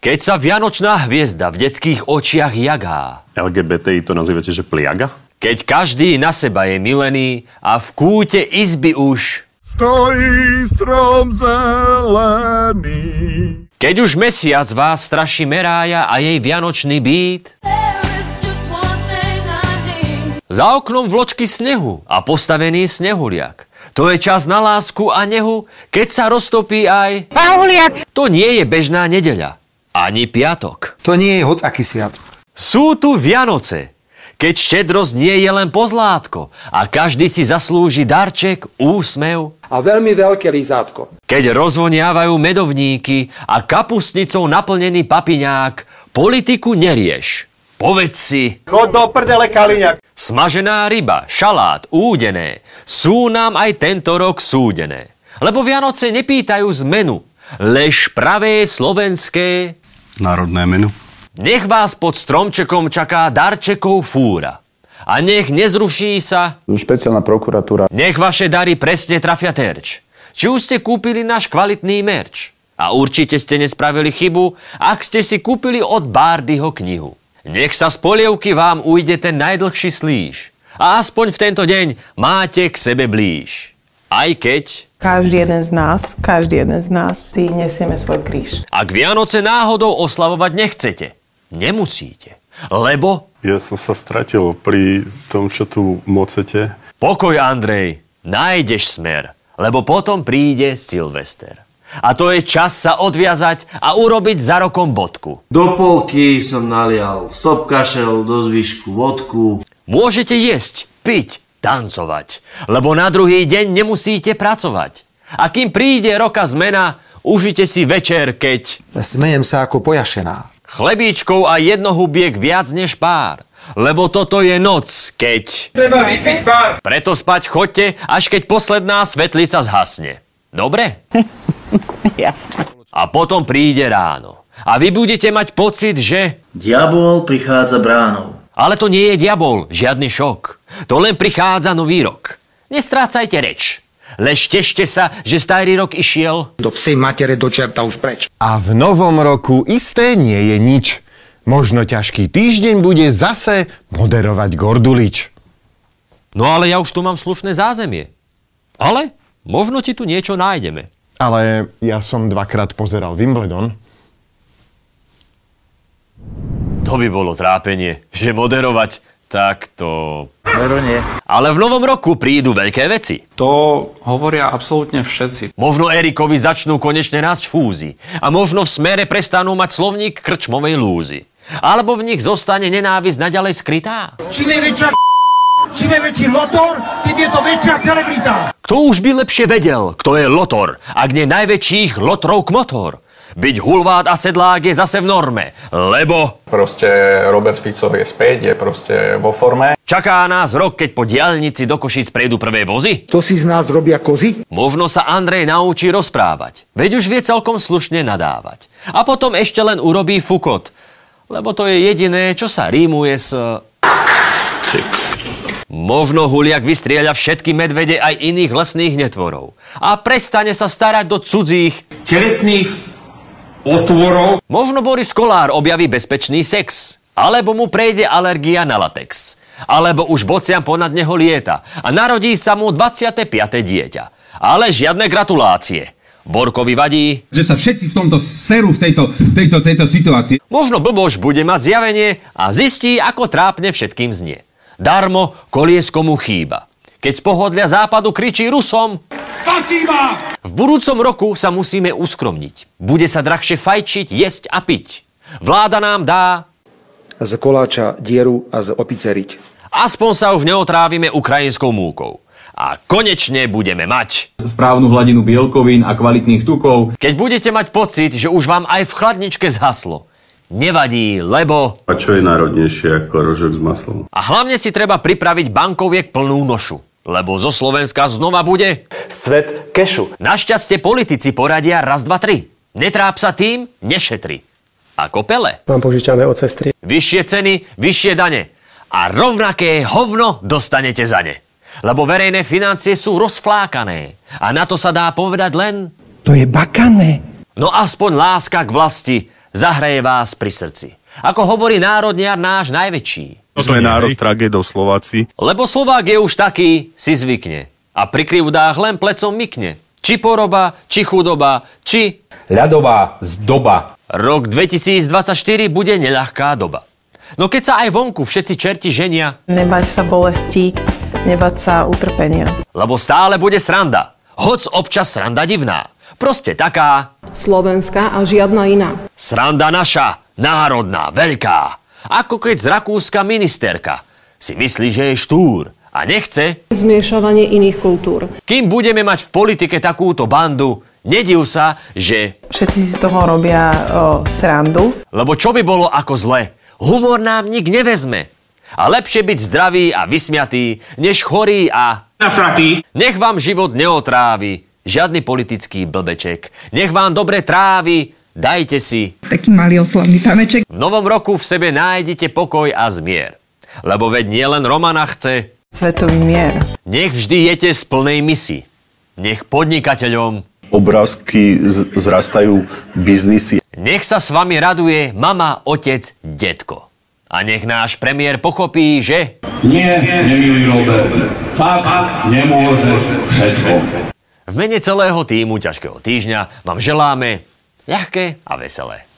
Keď sa vianočná hviezda v detských očiach jagá, LGBTI to nazývate, že pliaga? keď každý na seba je milený a v kúte izby už, Stojí strom zelený. keď už mesiac vás straší Merája a jej vianočný bít, There is just one thing I need. za oknom vločky snehu a postavený snehuliak. To je čas na lásku a nehu, keď sa roztopí aj... Pahuliak! To nie je bežná nedeľa, ani piatok. To nie je hocaký sviatok. Sú tu Vianoce, keď štedrosť nie je len pozlátko a každý si zaslúži darček, úsmev. a veľmi veľké lízátko. Keď rozvoniavajú medovníky a kapustnicou naplnený papiňák, politiku nerieš. Povedz si, Chod do prdele, Kaliňak. smažená ryba, šalát, údené sú nám aj tento rok súdené. Lebo Vianoce nepýtajú zmenu, lež pravé slovenské Národné menu. Nech vás pod stromčekom čaká darčekov fúra. A nech nezruší sa, Špeciálna prokuratúra nech vaše dary presne trafia terč. Či už ste kúpili náš kvalitný merč. A určite ste nespravili chybu, ak ste si kúpili od Bardyho knihu. Nech sa z polievky vám ujde ten najdlhší slíž. A aspoň v tento deň máte k sebe blíž. Aj keď... Každý jeden z nás, každý jeden z nás si nesieme svoj kríž. Ak Vianoce náhodou oslavovať nechcete, nemusíte. Lebo Ja som sa stratil pri tom, čo tu mocete. Pokoj, Andrej, nájdeš smer, lebo potom príde Silvester. A to je čas sa odviazať a urobiť za rokom bodku. Do polky som nalial stop kašel, do zvyšku vodku. Môžete jesť, piť, tancovať, lebo na druhý deň nemusíte pracovať. A kým príde roka zmena, užite si večer, keď Smejem sa ako pojašená. chlebíčkov a jednohubiek viac než pár. Lebo toto je noc, keď... Treba vypiť pár! Preto spať chodte, až keď posledná svetlica zhasne. Dobre? Jasné. A potom príde ráno. A vy budete mať pocit, že... Diabol prichádza bránou. Ale to nie je diabol, žiadny šok. To len prichádza nový rok. Nestrácajte reč. Lež tešte sa, že starý rok išiel. Do psej matere do čerta už preč. A v novom roku isté nie je nič. Možno ťažký týždeň bude zase moderovať Gordulič. No ale ja už tu mám slušné zázemie. Ale možno ti tu niečo nájdeme. Ale ja som dvakrát pozeral Wimbledon. To by bolo trápenie, že moderovať takto... Veru nie. Ale v novom roku prídu veľké veci. To hovoria absolútne všetci. Možno Erikovi začnú konečne rásť fúzy a možno v smere prestanú mať slovník krčmovej lúzy. Alebo v nich zostane nenávisť naďalej skrytá. Čím je väčšia čím je väčší lotor, tým je to väčšia celebrita. Kto už by lepšie vedel, kto je Lotor, ak nie najväčších Lotrov kmotor? Byť hulvát a sedlák je zase v norme, lebo Proste Robert Fico je späť, je proste vo forme. čaká nás rok, keď po diálnici do Košíc prejdú prvé vozy? To si z nás robia kozy? Možno sa Andrej naučí rozprávať, veď už vie celkom slušne nadávať. A potom ešte len urobí fukot, lebo to je jediné, čo sa rímuje s... Možno Huliak vystrieľa všetky medvede aj iných lesných netvorov a prestane sa starať do cudzích Telesných otvorov. Možno Boris Kolár objaví bezpečný sex. Alebo mu prejde alergia na latex. Alebo už bocian ponad neho lieta a narodí sa mu 25. dieťa. Ale žiadne gratulácie. Borkovi vadí. Že sa všetci v tomto seru, v tejto, tejto, tejto situácii. Možno Blboš bude mať zjavenie a zistí, ako trápne všetkým znie. Darmo koliesko mu chýba. Keď z pohodlia západu kričí Rusom, Spasíba! v budúcom roku sa musíme uskromniť. Bude sa drahšie fajčiť, jesť a piť. Vláda nám dá Z koláča dieru a z opice riť. Aspoň sa už neotrávime ukrajinskou múkou. A konečne budeme mať. Správnu hladinu bielkovín a kvalitných tukov. Keď budete mať pocit, že už vám aj v chladničke zhaslo. Nevadí, lebo... A čo je národnejšie ako rožok s maslom? A hlavne si treba pripraviť bankoviek plnú nošu. Lebo zo Slovenska znova bude... Svet kešu. Našťastie politici poradia raz, dva, tri. Netráp sa tým, nešetri. Ako Pele. Mám požičané od sestry. Vyššie ceny, vyššie dane. A rovnaké hovno dostanete za ne. Lebo verejné financie sú rozflákané. A na to sa dá povedať len... To je bakané. No aspoň láska k vlasti, Zahraje vás pri srdci. Ako hovorí národniar náš najväčší. Sme národ tragédov Slováci. Lebo Slovák je už taký, si zvykne. A pri krivdách len plecom mykne. Či poroba, či chudoba, či... Ľadová zdoba. Rok 2024 bude neľahká doba. No keď sa aj vonku všetci čerti ženia, Nebať sa bolesti, nebať sa utrpenia. lebo stále bude sranda. Hoc občas sranda divná. Proste taká, Slovenská a žiadna iná. Sranda naša, národná, veľká. Ako keď z Rakúska ministerka. Si myslí, že je štúr a nechce, Zmiešavanie iných kultúr. kým budeme mať v politike takúto bandu, nediv sa, že... Všetci si z toho robia o, srandu. Lebo čo by bolo ako zle? Humor nám nik nevezme. A lepšie byť zdravý a vysmiatý, než chorý a... Nasratý. Nech vám život neotrávi. Žiadny politický blbeček. Nech vám dobre trávi. Dajte si Taký malý oslavný taneček. V novom roku v sebe nájdete pokoj a zmier. Lebo veď nielen Romana chce, Svetový mier. nech vždy jete z plnej misi. Nech podnikateľom, Obrázky zrastajú biznisy. nech sa s vami raduje mama, otec, detko. A nech náš premiér pochopí, že Nie, nemilý Robert. Fakt nemôžeš všetko. v mene celého týmu ťažkého týždňa vám želáme ľahké a veselé.